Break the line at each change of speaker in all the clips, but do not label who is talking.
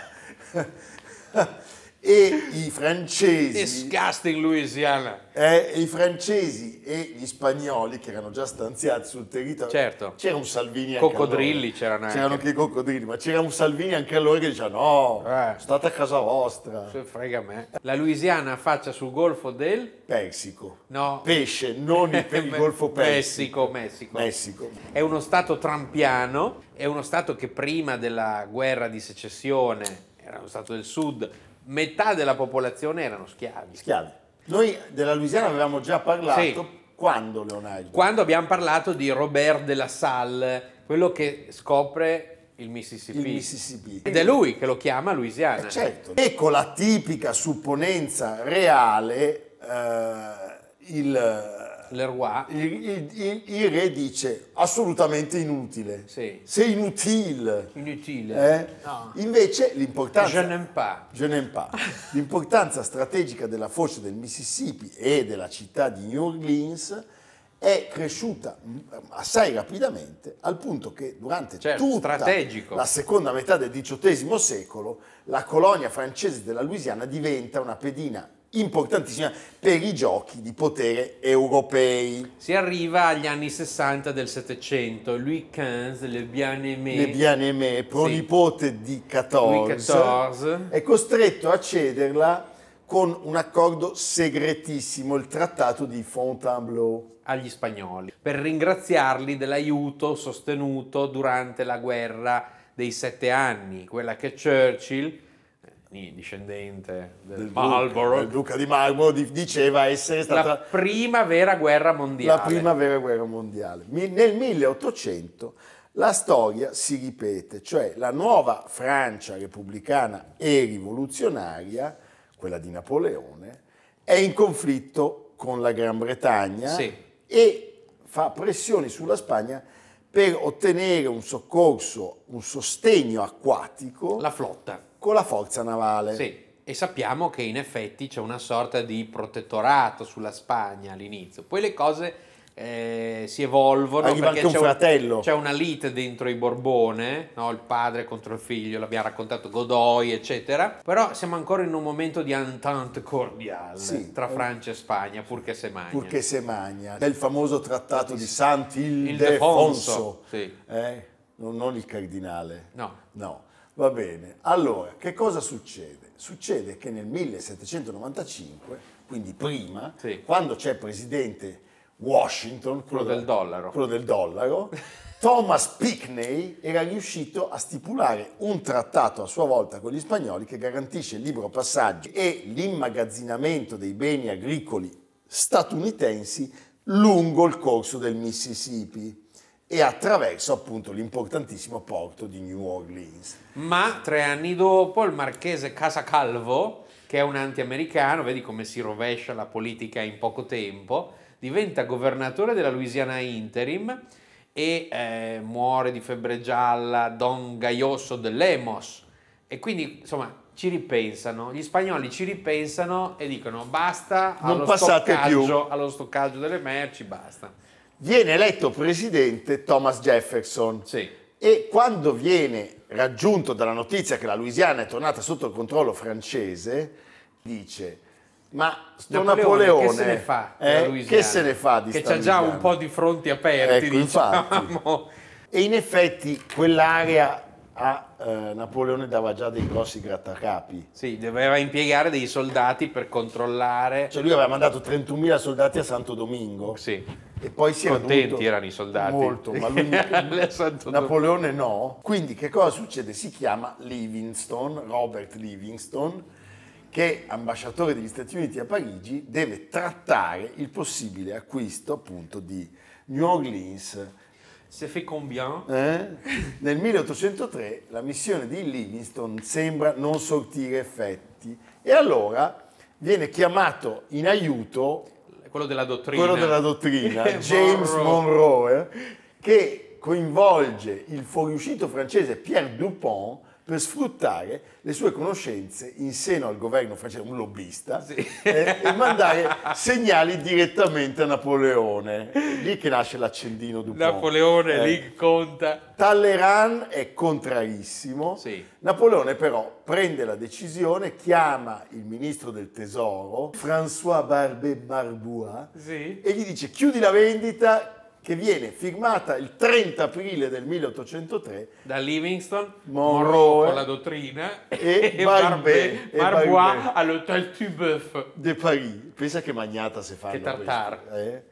e i francesi
Disgusting Louisiana.
eh, i francesi e gli spagnoli che erano già stanziati sul territorio,
Certo.
c'era un Salvini anche
Coccodrilli
allora.
c'erano anche.
C'erano anche i coccodrilli, ma c'era un Salvini anche allora che diceva no,
Eh.
state a casa vostra.
Se Frega me. La Louisiana affaccia sul golfo del...
Persico.
No.
Pesce, non il, per il Golfo Persico.
Messico, Messico.
Messico.
È uno stato trampiano, è uno stato che prima della guerra di secessione era uno stato del sud, metà della popolazione erano schiavi.
Schiavi. Noi della Louisiana avevamo già parlato
Sì.
quando, Leonardo?
Quando abbiamo parlato di Robert de la Salle, quello che scopre il Mississippi.
Il Mississippi.
Ed è lui che lo chiama Louisiana.
Eh, certo. E con la tipica supponenza reale, eh, il...
Leroy.
Il, il- il- il re dice assolutamente inutile.
Sì.
Sei inutile.
Inutile.
Eh?
No.
Invece
Je
l'importanza,
n'aime pas.
Je n'aime pas. l'importanza strategica della foce del Mississippi e della città di New Orleans è cresciuta mh, assai rapidamente al punto che durante
Certo,
tutta
strategico.
la seconda metà del XVIII secolo la colonia francese della Louisiana diventa una pedina importantissima per i giochi di potere europei.
Si arriva agli anni 60 del Settecento, Louis XV, Le Bien-Aimé.
Le Bianemè, pronipote di
Louis
14,
XIV.
è costretto a cederla con un accordo segretissimo, il trattato di Fontainebleau.
agli spagnoli per ringraziarli dell'aiuto sostenuto durante la guerra dei sette anni, quella che Churchill
quindi eh, discendente del,
del duca,
Marlborough,
il duca di Marlborough di- diceva essere
la
stata
prima vera guerra mondiale.
la prima vera guerra mondiale. Mi- Nel 1800 la storia si ripete, cioè la nuova Francia repubblicana e rivoluzionaria, quella di Napoleone, è in conflitto con la Gran Bretagna
Sì.
e fa pressioni sulla Spagna per ottenere un soccorso, un sostegno acquatico
La flotta.
con la forza navale.
Sì, e sappiamo che in effetti c'è una sorta di protettorato sulla Spagna all'inizio, poi le cose eh, si evolvono.
Arriva anche
perché
Ah, un
c'è
fratello.
c'è una lite dentro i Borbone, no? il padre contro il figlio, l'abbiamo raccontato Godoy, eccetera. Però siamo ancora in un momento di entente cordiale
Sì. eh.
tra Francia e Spagna, purché se magna.
Purché se magna, del famoso trattato di Sant'Ildefonso,
Ildefonso, sì.
eh? non, non il cardinale.
No.
No, va bene. Allora, che cosa succede? Succede che nel 1795, quindi prima,
Sì.
quando c'è presidente Washington,
Quello del dollaro.
quello del dollaro, Thomas Pinckney era riuscito a stipulare un trattato a sua volta con gli spagnoli che garantisce il libero passaggio e l'immagazzinamento dei beni agricoli statunitensi lungo il corso del Mississippi e attraverso appunto l'importantissimo porto di New Orleans.
Ma tre anni dopo il marchese Casacalvo, che è un antiamericano, vedi come si rovescia la politica in poco tempo, diventa governatore della Louisiana interim e eh, muore di febbre gialla Don Gaioso de Lemos. E quindi, insomma, ci ripensano, gli spagnoli ci ripensano e dicono basta
Non
allo
passate
stoccaggio,
più."
allo stoccaggio delle merci, basta.
Viene eletto presidente Thomas Jefferson.
Sì.
E quando viene raggiunto dalla notizia che la Louisiana è tornata sotto il controllo francese, dice: Ma sto
Napoleone,
Napoleone,
che se ne fa
eh,
della Louisiana?
che se ne fa di
che
sta
c'ha già
Louisiana?
un po' di fronti aperti
Ecco,
diciamo
E in effetti quell'area a eh, Napoleone dava già dei grossi grattacapi.
sì doveva impiegare dei soldati per controllare
Cioè lui aveva mandato 31.000 soldati a Santo Domingo
sì
e poi si era
Contenti
dovuto-
erano i soldati.
Molto, ma lui
Alle Santo Domingo.
Napoleone no. Quindi che cosa succede? Si chiama Livingstone, Robert Livingstone, che ambasciatore degli Stati Uniti a Parigi deve trattare il possibile acquisto appunto di New Orleans.
se fait combien
Eh? Nel 1803 la missione di Livingstone sembra non sortire effetti e allora viene chiamato in aiuto
quello della dottrina
quello della dottrina,
Monroe.
James Monroe, eh, che coinvolge il fuoriuscito francese Pierre Dupont per sfruttare le sue conoscenze in seno al governo francese, un lobbista,
Sì.
eh, e mandare segnali direttamente a Napoleone. Lì che nasce l'accendino Dupont.
Napoleone
Eh.
lì conta
Talleyrand è contrarissimo.
Sì.
Napoleone però prende la decisione, chiama il ministro del tesoro, François Barbet Barbois,
sì
e gli dice chiudi la vendita che viene firmata il 30 aprile del 1803
da Livingston
Monroe.
con la dottrina
E Barbet. E
Barbois
Barbet.
all'Hotel Tubeuf
de Paris. Pensa che magnata se fanno
Che tartar.
questi, eh?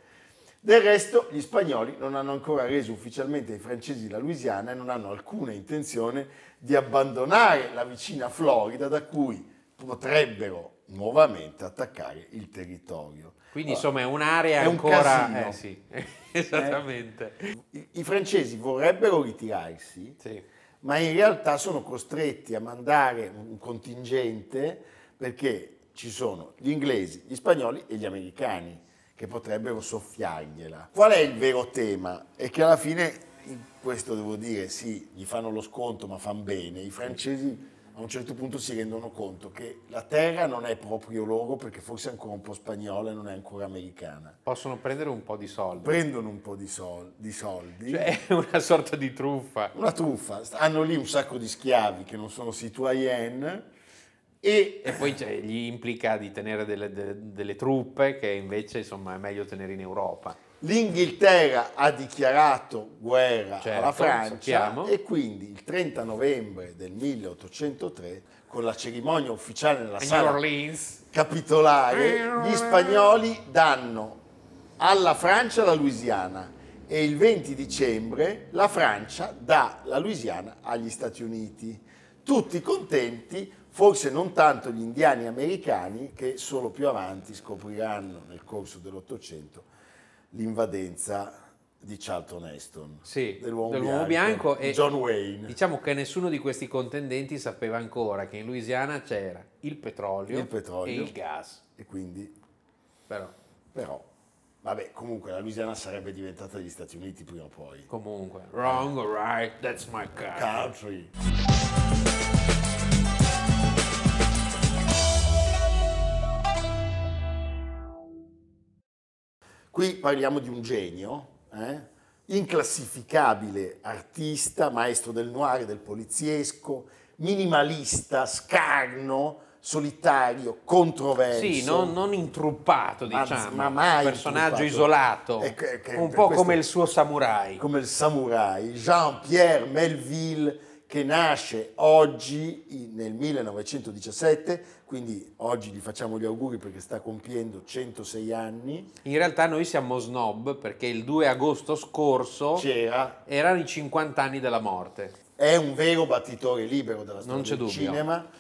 Del resto gli spagnoli non hanno ancora reso ufficialmente ai francesi la Louisiana e non hanno alcuna intenzione di abbandonare la vicina Florida da cui potrebbero nuovamente attaccare il territorio.
Quindi
Allora,
insomma è un'area
è un
ancora...
casino.
eh sì, esattamente.
i- i francesi vorrebbero ritirarsi,
Sì.
ma in realtà sono costretti a mandare un contingente perché ci sono gli inglesi, gli spagnoli e gli americani che potrebbero soffiargliela. Qual è il vero tema? È che alla fine, in questo devo dire, sì, gli fanno lo sconto, ma fanno bene. I francesi a un certo punto si rendono conto che la terra non è proprio loro perché forse è ancora un po' spagnola e non è ancora americana.
Possono prendere un po' di soldi.
Prendono un po' di, sol- di soldi.
Cioè è una sorta di truffa.
Una truffa, hanno lì un sacco di schiavi che non sono citoyen e
E poi c'è- gli implica di tenere delle, delle- delle truppe che invece insomma è meglio tenere in Europa.
l'Inghilterra ha dichiarato guerra
Certo,
alla Francia
sappiamo.
e quindi il 30 novembre del 1803 con la cerimonia ufficiale nella
A New
sala
Orleans.
capitolare, gli spagnoli danno alla Francia la Louisiana e il 20 dicembre la Francia dà la Louisiana agli Stati Uniti. Tutti contenti, forse non tanto gli indiani americani che solo più avanti scopriranno nel corso dell'Ottocento l'invadenza di Charlton Heston,
Sì,
dell'uomo,
dell'uomo
bianco,
bianco
di
e-
John Wayne,
Diciamo che nessuno di questi contendenti sapeva ancora che in Louisiana c'era il petrolio,
Il petrolio.
e il gas.
e quindi
Però,
però, vabbè, comunque la Louisiana sarebbe diventata gli Stati Uniti prima o poi.
comunque, wrong or right, that's my Eh. car.
Country. Qui parliamo di un genio, eh? inclassificabile artista, maestro del noir, e del poliziesco, minimalista, scarno, solitario, controverso.
Sì, non, non intruppato,
Ma-
diciamo,
ma mai intruppato.
personaggio isolato,
E che- che
un
per
po'
ecco, questo-
come il suo samurai.
come il samurai, Jean-Pierre Melville che nasce oggi in- nel 1917, quindi oggi gli facciamo gli auguri perché sta compiendo 106 anni,
In realtà noi siamo snob perché il 2 agosto scorso
c'era,
erano i 50 anni della morte.
è un vero battitore libero della storia
Non c'è
del
dubbio.
cinema,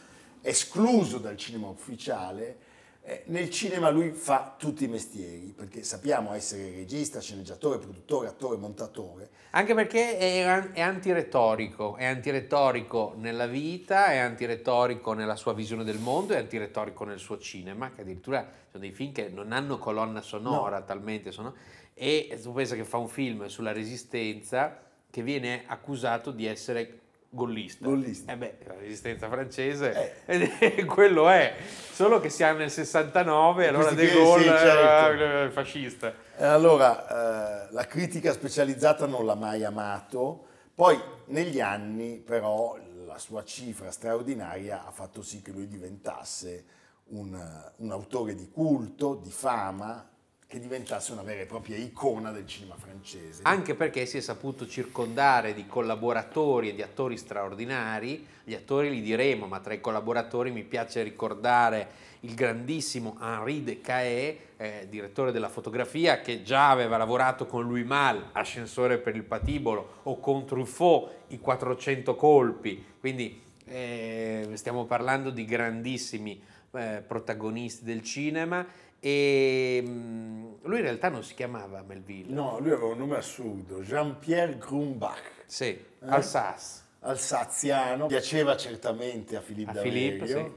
escluso dal cinema ufficiale. Eh, Nel cinema lui fa tutti i mestieri, perché sappiamo essere regista, sceneggiatore, produttore, attore, montatore,
Anche perché è, an- è antiretorico, è antiretorico nella vita, è antiretorico nella sua visione del mondo, è antiretorico nel suo cinema, che addirittura sono dei film che non hanno colonna sonora, talmente sono... E tu pensa che fa un film sulla resistenza che viene accusato di essere gollista.
Gollista.
Eh beh, la resistenza francese,
Eh.
quello è, solo che siamo nel 69 e
Questi
allora De
qui, sì,
Gaulle
certo.
era eh, fascista.
E Allora, eh, la critica specializzata non l'ha mai amato, poi negli anni però la sua cifra straordinaria ha fatto sì che lui diventasse un, eh, un autore di culto, di fama, che diventasse una vera e propria icona del cinema francese.
Anche perché si è saputo circondare di collaboratori e di attori straordinari, gli attori li diremo, ma tra i collaboratori mi piace ricordare il grandissimo Henri de Cae, eh, direttore della fotografia, che già aveva lavorato con Louis Mal, Ascensore per il Patibolo, o con Truffaut, I 400 colpi, quindi eh, stiamo parlando di grandissimi eh, protagonisti del cinema e mm, lui in realtà non si chiamava Melville.
No, lui aveva un nome assurdo, Jean-Pierre Grumbach,
Sì, Alsace.
alsaziano, piaceva certamente a Philippe
A Philippe,
D'Averio.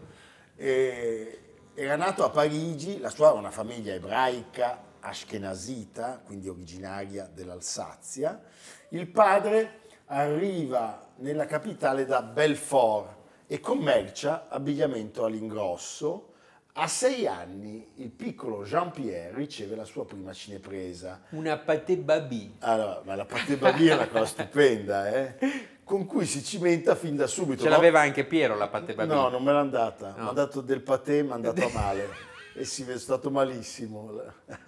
E- era nato a Parigi, la sua era una famiglia ebraica ashkenazita, quindi originaria dell'Alsazia. Il padre arriva nella capitale da Belfort e commercia abbigliamento all'ingrosso. A sei anni il piccolo Jean-Pierre riceve la sua prima cinepresa.
Una pâté babi.
Allora, ma la parte Babì è una cosa stupenda, eh? Con cui si cimenta fin da subito.
Ce
no?
l'aveva anche Piero la pâté babi.
No, non me l'ha data.
No.
Mi ha dato del patè, mi ha andato a male. e si è stato malissimo.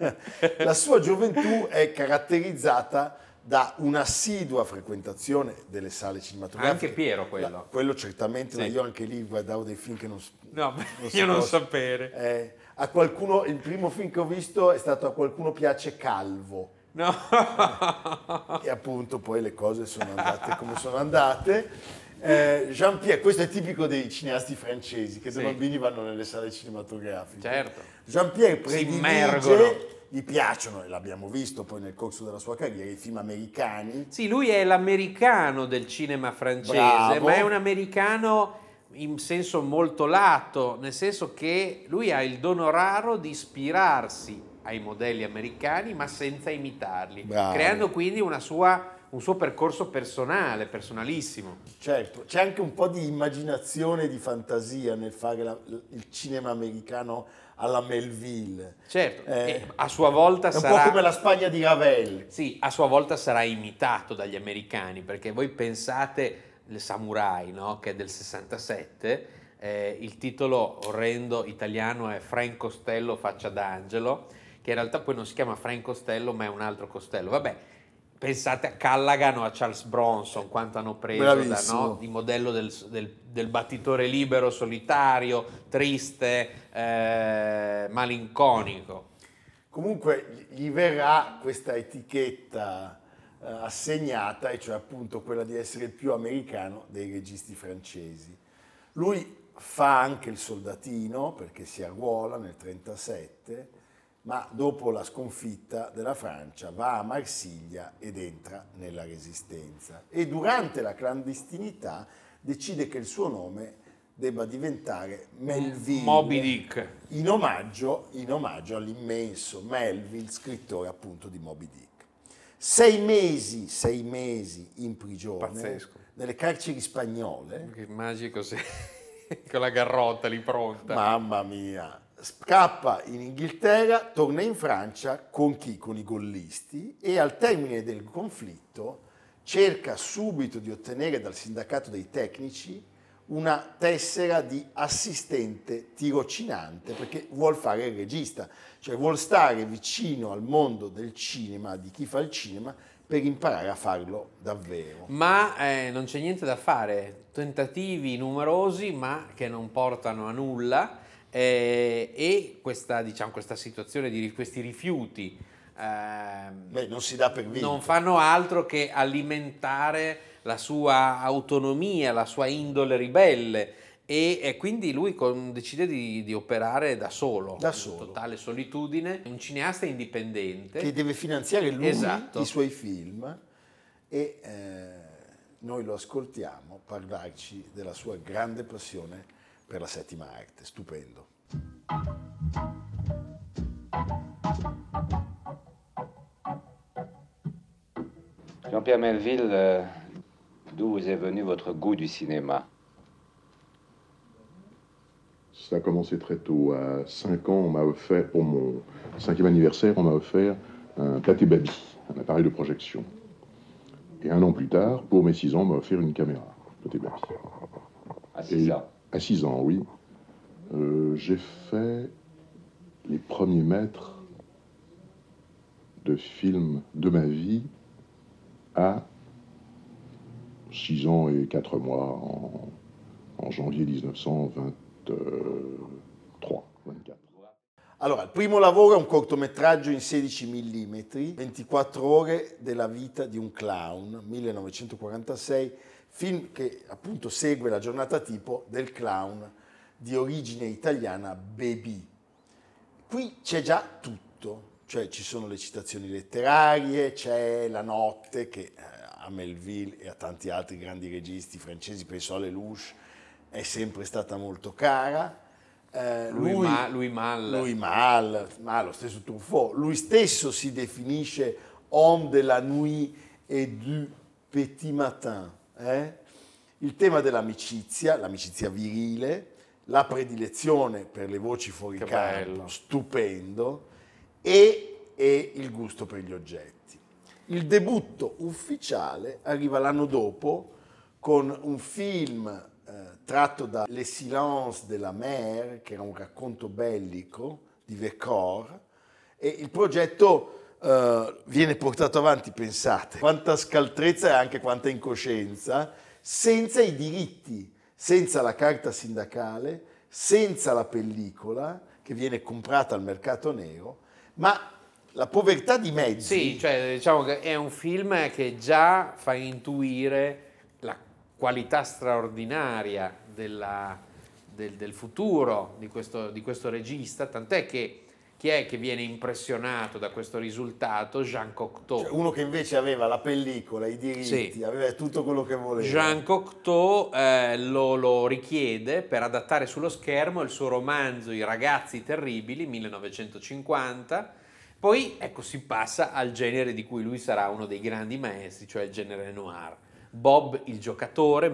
La sua gioventù è caratterizzata da un'assidua frequentazione delle sale cinematografiche.
Anche Piero quello.
La- quello certamente, ma
Sì.
io anche lì guardavo dei film che non... s-
No,
si
io non
possono.
sapere.
Eh, a qualcuno, il primo film che ho visto è stato A qualcuno piace Calvo Eh,
No.
e appunto poi le cose sono andate come sono andate. Eh, Jean-Pierre, questo è tipico dei cineasti francesi che da
Sì.
bambini vanno nelle sale cinematografiche.
Certo.
Jean-Pierre
immergono.
predilige, gli piacciono, e l'abbiamo visto poi nel corso della sua carriera, i film americani.
sì, lui è l'americano del cinema francese,
Bravo.
ma è un americano in senso molto lato, nel senso che lui ha il dono raro di ispirarsi ai modelli americani, ma senza imitarli,
Bravo.
creando quindi una sua- un suo percorso personale, personalissimo.
Certo, c'è anche un po' di immaginazione e di fantasia nel fare la- il cinema americano alla Melville.
Certo,
Eh,
e a sua volta
È un
sarà...
po' come la Spagna di Ravel.
Sì, a sua volta sarà imitato dagli americani, perché voi pensate il Samurai, no? che è del 67, eh, il titolo orrendo italiano è Frank Costello faccia d'angelo, che in realtà poi non si chiama Frank Costello ma è un altro Costello. Vabbè, pensate a Callaghan o a Charles Bronson, quanto hanno preso da,
Bravissimo.
no? di modello del, del- del battitore libero, solitario, triste, eh, malinconico.
Comunque gli verrà questa etichetta eh, assegnata, e cioè appunto quella di essere il più americano dei registi francesi. Lui fa anche il soldatino perché si arruola nel 1937, ma dopo la sconfitta della Francia va a Marsiglia ed entra nella Resistenza. E durante la clandestinità decide che il suo nome debba diventare Melville.
Moby Dick.
In omaggio, in omaggio all'immenso Melville, scrittore appunto di Moby Dick. Sei mesi, sei mesi in prigione,
Pazzesco.
nelle carceri spagnole,
Che magico se... con la garrotta lì pronta.
Mamma mia. Scappa in Inghilterra, torna in Francia con chi? Con i gollisti e al termine del conflitto cerca subito di ottenere dal sindacato dei tecnici una tessera di assistente tirocinante perché vuol fare il regista, cioè vuol stare vicino al mondo del cinema, di chi fa il cinema, per imparare a farlo davvero.
Ma eh, non c'è niente da fare, tentativi numerosi ma che non portano a nulla eh, e questa, diciamo, questa situazione di ri- questi rifiuti ehm,
Beh, non si dà per vinto.
non fanno altro che alimentare la sua autonomia, la sua indole ribelle e, e quindi lui con- decide di, di operare da solo,
Da solo.
in totale solitudine, un cineasta indipendente.
che deve finanziare lui
Esatto.
i suoi film e eh, noi lo ascoltiamo parlarci della sua grande passione per la settima arte, stupendo.
Jean-Pierre Melville, euh, d'où vous est venu votre goût du cinéma
Ça a commencé très tôt. À 5 ans, on m'a offert, pour mon cinquième anniversaire, on m'a offert un Platé Baby, un appareil de projection. Et un an plus tard, pour mes 6 ans, on m'a offert une caméra, Platé Baby.
À
Et
6 ans.
à 6 ans, oui, euh, j'ai fait les premiers mètres de films de ma vie à 6 ans et 4 mois en, en janvier 1923. 24.
Allora, il primo lavoro è un cortometraggio in 16 mm, 24 ore della vita di un clown, 1946, film che appunto segue la giornata tipo del clown di origine italiana Baby. Qui c'è già tutto, cioè ci sono le citazioni letterarie, c'è la notte che eh, a Melville e a tanti altri grandi registi francesi, penso a Lelouch, è sempre stata molto cara. Eh,
Lui, Ma- lui Mal.
lui mal, ma lo stesso Truffaut, lui stesso si definisce homme de la nuit et du petit matin. eh? Il tema dell'amicizia, l'amicizia virile, la predilezione per le voci fuori
Che
campo,
bello.
stupendo, e, e il gusto per gli oggetti. Il debutto ufficiale arriva l'anno dopo con un film eh, tratto da Les Silences de la Mer, che era un racconto bellico di Vecor, e il progetto eh, viene portato avanti, pensate, quanta scaltrezza e anche quanta incoscienza, senza i diritti, senza la carta sindacale, senza la pellicola che viene comprata al mercato nero, ma la povertà di mezzi
Sì, cioè diciamo che è un film che già fa intuire la qualità straordinaria della- del, del futuro di questo, di questo regista, tant'è che chi è che viene impressionato da questo risultato? Jean Cocteau.
Cioè, uno che invece aveva la pellicola, i diritti,
Sì.
aveva tutto quello che voleva.
Jean Cocteau eh, lo, lo richiede per adattare sullo schermo il suo romanzo I ragazzi terribili 1950. Poi ecco, si passa al genere di cui lui sarà uno dei grandi maestri, cioè il genere noir. Bob il giocatore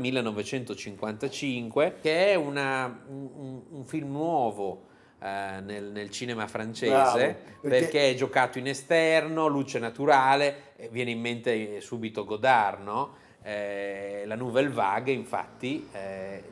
1955, che è una- un, un film nuovo eh, nel, nel cinema francese,
Bravo,
perché...
perché-
è giocato in esterno, luce naturale, eh, viene in mente subito Godard, no? Eh, la Nouvelle Vague, infatti, eh,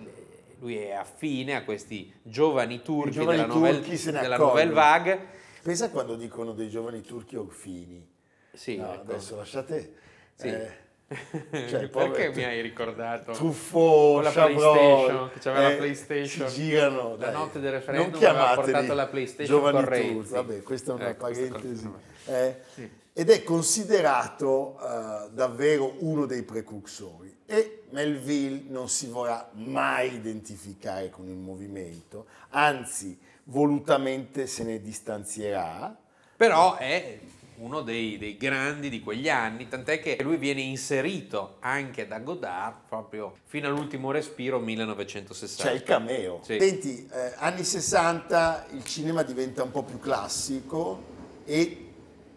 lui è affine a questi giovani turchi
giovani
della, nouvelle,
turchi se ne
della
accorgono.
Nouvelle Vague.
Pensa quando dicono dei giovani turchi orfini.
Sì,
No,
ecco.
Adesso lasciate...
Sì.
eh, Cioè, il povero-
Perché mi hai ricordato?
Truffaut,
Certo. Con la
Chabrol,
PlayStation, che c'aveva la
eh,
PlayStation.
ci girano,
La
dai.
notte del referendum
Non
aveva
chiamateli
portato la PlayStation
giovani
Correnti.
tutti. Vabbè, questa è una
Ecco, questa
parentesi.
cosa-
eh.
Sì.
Ed è considerato eh, davvero uno dei precursori. E Melville non si vorrà mai identificare con il movimento, anzi volutamente se ne distanzierà.
Però è uno dei, dei grandi di quegli anni, tant'è che lui viene inserito anche da Godard proprio fino all'ultimo
Cioè,
respiro 1960.
C'è il cameo.
Sì.
Senti, eh, anni 60 il cinema diventa un po' più classico e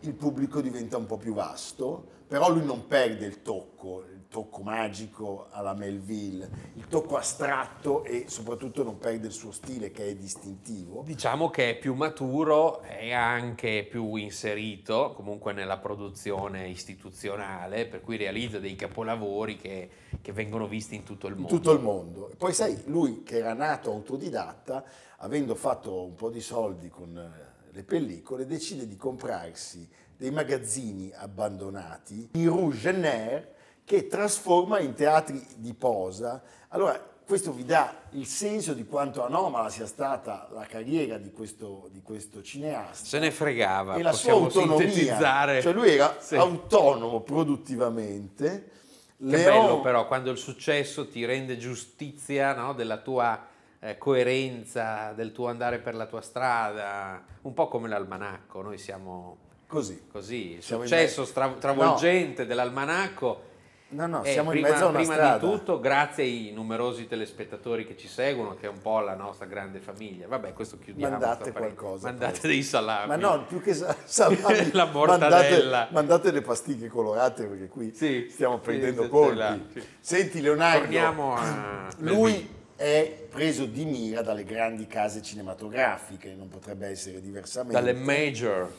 il pubblico diventa un po' più vasto, però lui non perde il tocco, il tocco magico alla Melville, il tocco astratto e soprattutto non perde il suo stile che è distintivo.
Diciamo che è più maturo, è anche più inserito comunque nella produzione istituzionale, per cui realizza dei capolavori che, che vengono visti in tutto il
in
mondo.
tutto il mondo. E Poi sai, lui che era nato autodidatta, avendo fatto un po' di soldi con eh, le pellicole, decide di comprarsi dei magazzini abbandonati in Rue Jenner che trasforma in teatri di posa. Allora, questo vi dà il senso di quanto anomala sia stata la carriera di questo, di questo cineasta
Se ne fregava,
e la sua
possiamo
autonomia.
sintetizzare.
Cioè lui era
Sì.
autonomo produttivamente.
Che
Leon-
bello però quando il successo ti rende giustizia no, della tua eh, coerenza, del tuo andare per la tua strada, un po' come l'almanacco, noi siamo
Così.
così, il
Siamo in
successo
me-
stra- travolgente dell'almanacco.
No, no,
è
siamo
Eh, prima,
in mezzo a una
prima
strada.
di tutto, grazie ai numerosi telespettatori che ci seguono, che è un po' la nostra grande famiglia. Vabbè, questo chiudiamo.
Mandate
sta parentesi.
qualcosa.
Mandate
presto.
dei salami.
Ma no, più che sa- salami.
La ah, mortadella.
Mandate, mandate le pastiglie colorate perché qui
Sì,
stiamo
sì,
prendendo
sì,
colpi.
là, sì.
Senti Leonardo,
Torniamo a
lui è preso di mira dalle grandi case cinematografiche, non potrebbe essere diversamente.
Dalle major.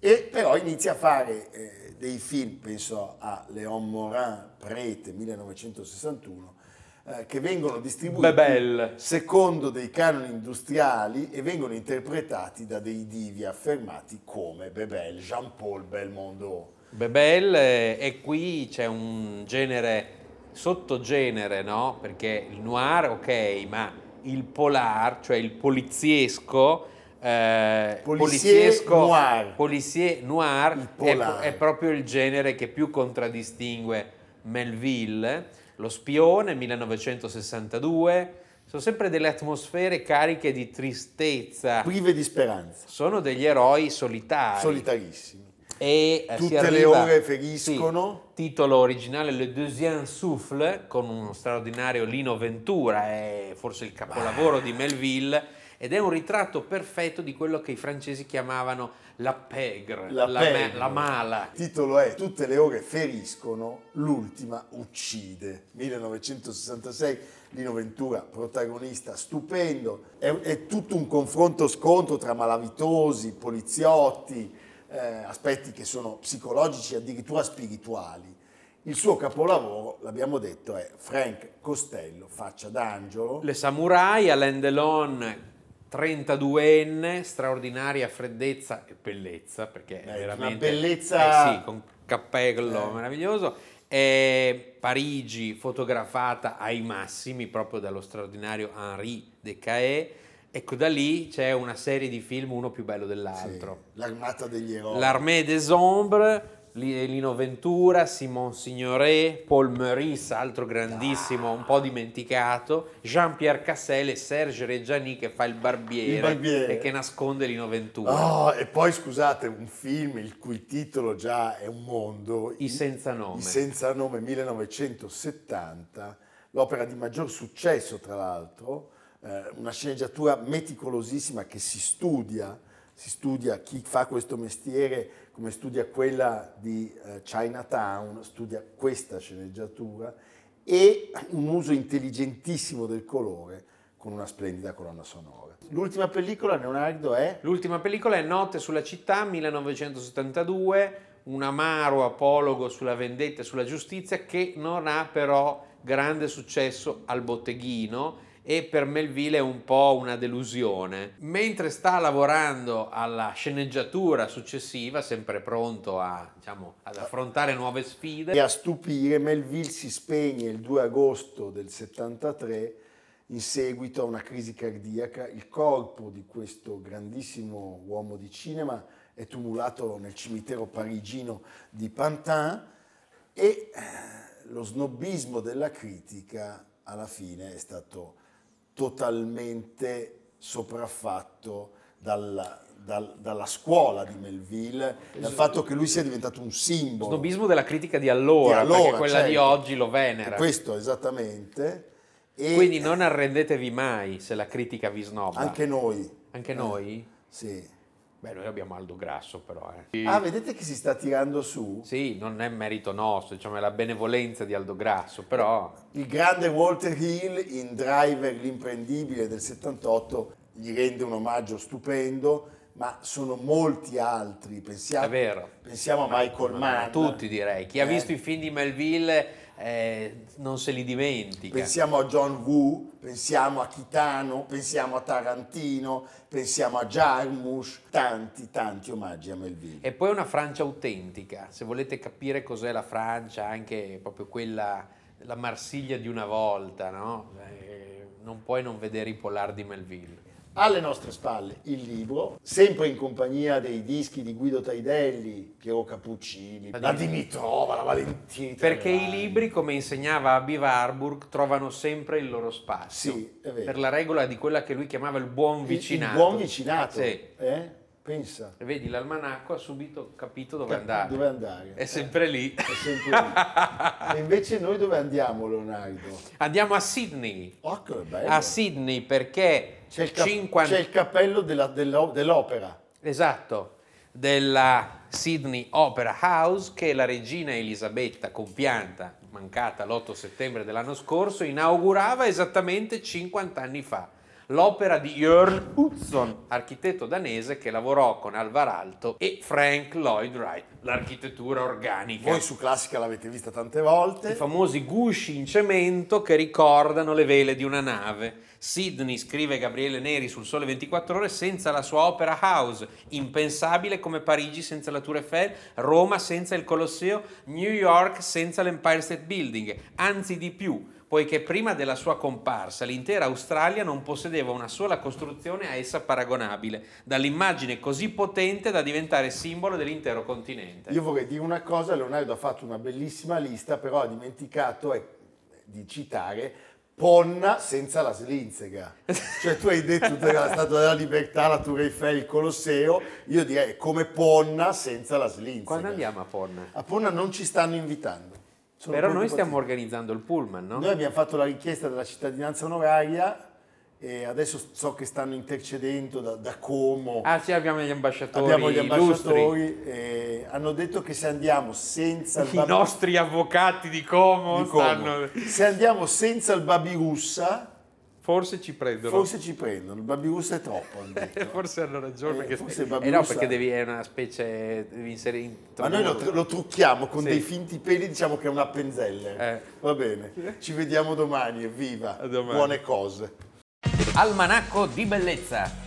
E però inizia a fare eh, dei film, penso a Léon Morin, Prete 1961, eh, che vengono distribuiti
Bebel.
secondo dei canoni industriali e vengono interpretati da dei divi affermati come Bebel, Jean-Paul Belmondo.
Bebel eh, e qui c'è un genere sottogenere, no? Perché il noir, ok, ma il polar, cioè il poliziesco, eh,
Policier noir.
policier noir
Il
è,
polar.
è proprio il genere che più contraddistingue Melville, lo spione 1962, sono sempre delle atmosfere cariche di tristezza,
Prive di speranza,
sono degli eroi solitari.
solitarissimi.
E, eh, si
Tutte le
arriva-
ore feriscono.
Sì, titolo originale Le Deuxième Souffle con uno straordinario Lino Ventura, è forse il capolavoro di Melville ed è un ritratto perfetto di quello che i francesi chiamavano la pègre,
La
me-
pelle.
la mala.
Il titolo è Tutte le ore feriscono, l'ultima uccide. 1966, Lino Ventura, protagonista stupendo. È, è tutto un confronto-scontro tra malavitosi, poliziotti, eh, aspetti che sono psicologici, addirittura spirituali. Il suo capolavoro, l'abbiamo detto, è Frank Costello, faccia d'angelo.
Le Samurai, Alain Delon, 32enne, straordinaria freddezza e bellezza, perché è
Beh, una
veramente...
bellezza-
Eh sì, con cappello
Ah. Eh.
meraviglioso. E Parigi, fotografata ai massimi, proprio dallo straordinario Henri Decae. Ecco, da lì c'è una serie di film, uno più bello dell'altro.
Sì, l'armata degli eroi.
L'Armée des Ombres, Li- Lino Ventura, Simon Signoret, Paul Meurice, altro
Ah.
grandissimo, un po' dimenticato, Jean-Pierre Cassel e Serge Reggiani che fa il barbiere,
Il barbiere.
e che nasconde Lino Ventura.
Ah, e poi scusate, un film il cui titolo già è un mondo.
I senza nome.
I senza nome 1970, l'opera di maggior successo tra l'altro, eh, una sceneggiatura meticolosissima che si studia, si studia chi fa questo mestiere come studia quella di eh, Chinatown, studia questa sceneggiatura e un uso intelligentissimo del colore con una splendida colonna sonora. L'ultima pellicola, Leonardo, è...
L'ultima pellicola è Notte sulla città 1972, un amaro apologo sulla vendetta e sulla giustizia che non ha però grande successo al botteghino e per Melville è un po' una delusione. Mentre sta lavorando alla sceneggiatura successiva, sempre pronto a, diciamo, ad affrontare nuove sfide,
E a stupire, Melville si spegne il 2 agosto del 73 in seguito a una crisi cardiaca. Il corpo di questo grandissimo uomo di cinema è tumulato nel cimitero parigino di Pantin e eh, lo snobismo della critica alla fine è stato totalmente sopraffatto dalla, dal- dalla scuola di Melville, dal fatto che lui sia diventato un simbolo.
snobismo della critica di allora,
Di allora,
perché quella di
certo.
oggi lo venera.
Questo esattamente. E
Quindi non arrendetevi mai se la critica vi snobba.
anche noi. Eh,
Anche noi?
Sì.
Beh, noi abbiamo Aldo Grasso però. eh.
Ah, vedete che si sta tirando su?
Sì, non è merito nostro, diciamo è la benevolenza di Aldo Grasso, però
Il grande Walter Hill in Driver l'imprendibile del 78 gli rende un omaggio stupendo, ma sono molti altri. Pensiamo,
È vero.
pensiamo a Michael Mann.
tutti direi. Chi ha
Eh.
visto i film di Melville eh, non se li dimentica.
Pensiamo a John Woo, pensiamo a Kitano, pensiamo a Tarantino, pensiamo a Jarmusch, tanti, tanti omaggi a Melville.
E poi una Francia autentica, se volete capire cos'è la Francia, anche proprio quella, la Marsiglia di una volta, no? Eh, non puoi non vedere i polar di Melville.
Alle nostre spalle il libro, sempre in compagnia dei dischi di Guido Taidelli, Piero Cappuccini,
La
la Dimitrova, la Valentina.
Perché i
Lerani.
libri, come insegnava Abby Warburg, trovano sempre il loro spazio.
Sì, è vero.
Per la regola di quella che lui chiamava il buon
Il-
vicinato.
Il buon vicinato.
Sì.
eh? Pensa.
E Vedi, l'almanacco ha subito capito dove
Cap-
andare.
dove andare. Eh,
È sempre lì.
È sempre lì. e invece noi dove andiamo, Leonardo?
Andiamo a Sydney.
Oh, che bello.
A Sydney perché
C'è il, cap-
50
c'è il cappello della- della- dell'opera.
Esatto, della Sydney Opera House che la regina Elisabetta, compianta, mancata l'8 settembre dell'anno scorso, inaugurava esattamente 50 anni fa. L'opera di Jörn Utzon, architetto danese che lavorò con Alvar Aalto e Frank Lloyd Wright, l'architettura organica.
Voi su Classica l'avete vista tante volte.
I famosi gusci in cemento che ricordano le vele di una nave. Sydney, scrive Gabriele Neri sul Sole 24 Ore, senza la sua opera house, impensabile come Parigi senza la Tour Eiffel, Roma senza il Colosseo, New York senza l'Empire State Building, anzi di più. Poiché prima della sua comparsa l'intera Australia non possedeva una sola costruzione a essa paragonabile, dall'immagine così potente da diventare simbolo dell'intero continente.
Io vorrei dire una cosa, Leonardo ha fatto una bellissima lista, però ha dimenticato eh, di citare Ponna senza la slinzega. Cioè tu hai detto tutta la Statua della Libertà, la Tour Eiffel, il Colosseo, io direi come Ponna senza la slinzega.
Quando andiamo a Ponna?
A Ponna non ci stanno invitando. Sono
Però noi
preoccupati.
stiamo organizzando il pullman, no?
Noi abbiamo fatto la richiesta della cittadinanza onoraria e adesso so che stanno intercedendo da, da Como.
Ah sì, abbiamo gli ambasciatori
Abbiamo gli
illustri,
ambasciatori, eh, hanno detto che se andiamo senza il
i
bambino
nostri avvocati di Como,
di Como.
stanno...
Se andiamo senza il Babirussa,
Forse ci prendono.
forse ci prendono. Il Babirussa è troppo. hanno detto.
Forse hanno ragione.
Eh,
perché-
forse il
eh no,
Babirussa-
perché devi, è una specie... Devi inserire... in-
Ma noi lo, tr- lo trucchiamo con
Sì.
dei finti peli, diciamo che è una penzeller.
Eh.
Va bene, ci vediamo domani, evviva.
A domani.
Buone cose.
Almanacco di bellezza